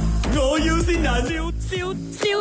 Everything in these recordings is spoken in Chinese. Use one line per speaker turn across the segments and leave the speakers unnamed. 要先人，笑笑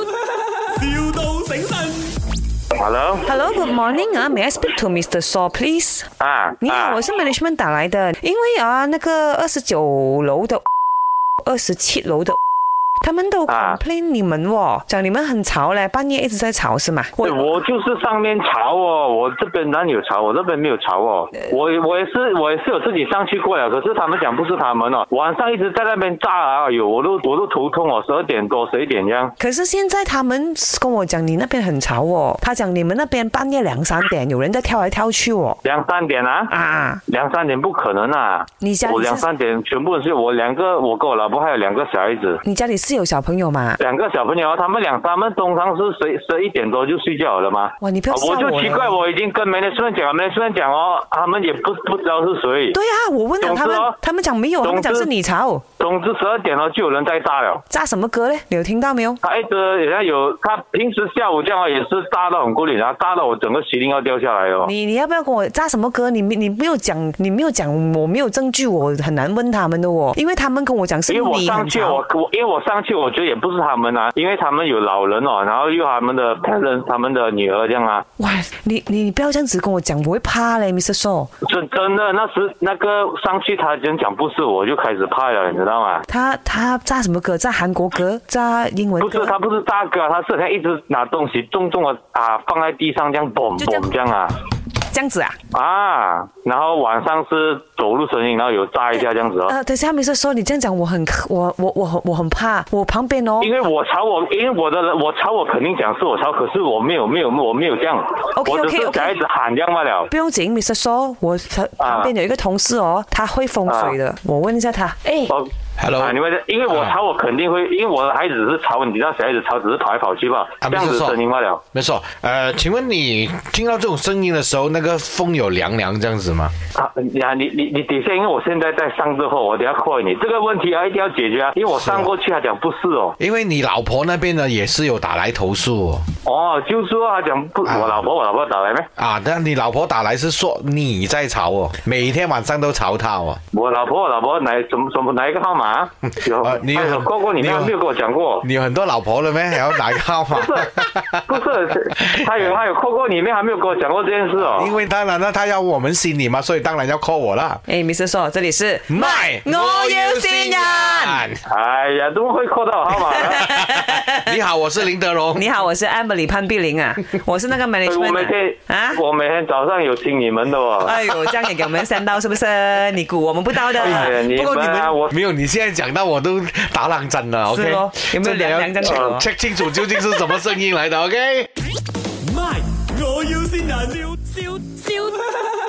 笑，,笑到醒神。
Hello，
Hello，Good morning 啊，May I speak to Mr. Saw please？
啊，
你好，
啊
我是 management 打来的，因为啊，那个二十九楼的、 二十七楼的， 他们都
啊
complain 你们哦，讲你们很吵嘞，半夜一直在吵是吗？我
哎我就是上面吵哦，我这边哪里有吵，我那边没有吵哦。
呃
我我也是我也是有自己上去过了，可是他们讲不是他们哦，晚上一直在那边炸啊，哎呦，我都我都头痛哦，十二点多十一点这样。
可是现在他们跟我讲你那边很吵哦，他讲你们那边半夜两三点有人在跳来跳去哦，
两三点啊？
啊，
两三点不可能啊！
你家里
我
是
两三点全部是我两个，我跟我老婆还有两个小孩子，
你家里是有小朋友吗？
两个小朋友，他们两他们通常是十十一点多就睡觉了嘛。
哇你不要
啊
吓我
我就奇怪，
了
我已经跟 management 讲，management 讲哦，他们也不不知道是谁。
对啊，我问了
总之
他们
哦，
他们讲没有，他们讲
总之
是你吵，
总之十二点了就有人在炸了。
炸什么歌嘞？你有听到没有？
他一直人家有，他平时下午这样哦也是炸到很孤立，然后炸到我整个麒麟要掉下来哦。
你你要不要跟我扎什么歌？你没你没有讲，你没有讲，我没有证据，我很难问他们的哦，因为他们跟我讲是
因为我
你
上
很
去，我
吵。
我因为我上去，我觉得也不是他们啊，因为他们有老人哦，然后又他们的 parents，他们的女儿这样啊，
哇，你你你不要这样子跟我讲，我会怕嘞，Mr. So。
是真的。那时那个上去他真讲不是，我就开始怕了，你知道吗？
他他炸什么歌？炸韩国歌？炸英文
不是
歌？
他不是大哥啊，他是他一直拿东西重重的啊放在地上这样嘣
就这样
嘣这样啊
这样子啊？
啊，然后晚上是走路声音，然后有炸一下这样子哦。
呃，等一下，Mr. So，你这样讲，我很我我我很我很怕，我旁边哦。
因为我吵我，因为我的人我吵我肯定讲是我吵，可是我没有没有我没有这样
OK，OK，OK
我只是小孩子喊这样罢了。
不用紧，Mr. So，我旁旁边有一个同事哦，他会风水的，我问一下他。哎，
啊哦
Hello
啊，你们因为我
啊
吵我肯定会，因为我的孩子是吵，你知道小孩子吵只是跑来跑去吧，
啊
这样子
没错
声音罢了。
没错，呃，请问你听到这种声音的时候，那个风有凉凉这样子吗？
啊，你啊，你你你等一下，因为我现在在上课后，我等一下 call 你这个问题啊，一定要解决啊，因为我上过去他讲不是哦，
因为你老婆那边呢也是有打来投诉、哦、
哦，就是说他讲不，
啊
我老婆我老婆打来没？
啊，但你老婆打来是说你在吵哦，每天晚上都吵她哦。
我老婆我老婆哪什么什么哪一个号码啊？有
啊你有
她有 call 过你
你有
吗？没有跟我讲过。
你有很多老婆了咩？还要哪个号 码？
不是，不是，他有他有 call 过你没？还没有跟我讲过这件事哦。
因为当然啦，她要我们信你嘛，所以当然要 call 我啦。
哎，Mr. So，这里是
卖
我要新人。
哎呀，怎么会 call 到我号码呢？
人！你好，我是林德荣。
你好，我是 Emily 潘碧 玲啊，我是那个 management
哎我每天
啊。啊
我每天早上有听你们的哦。
哎呦，这样也给我们删到是不是？你估我们不到的。
哎呀，你
不过你
们啊，我
们没有，你现在讲到我都打冷震了
是
，OK？
咯有没有
真的要
凉凉这样讲哦
check 清楚究竟是什么声音来的，OK？
卖，我要先人，笑笑笑，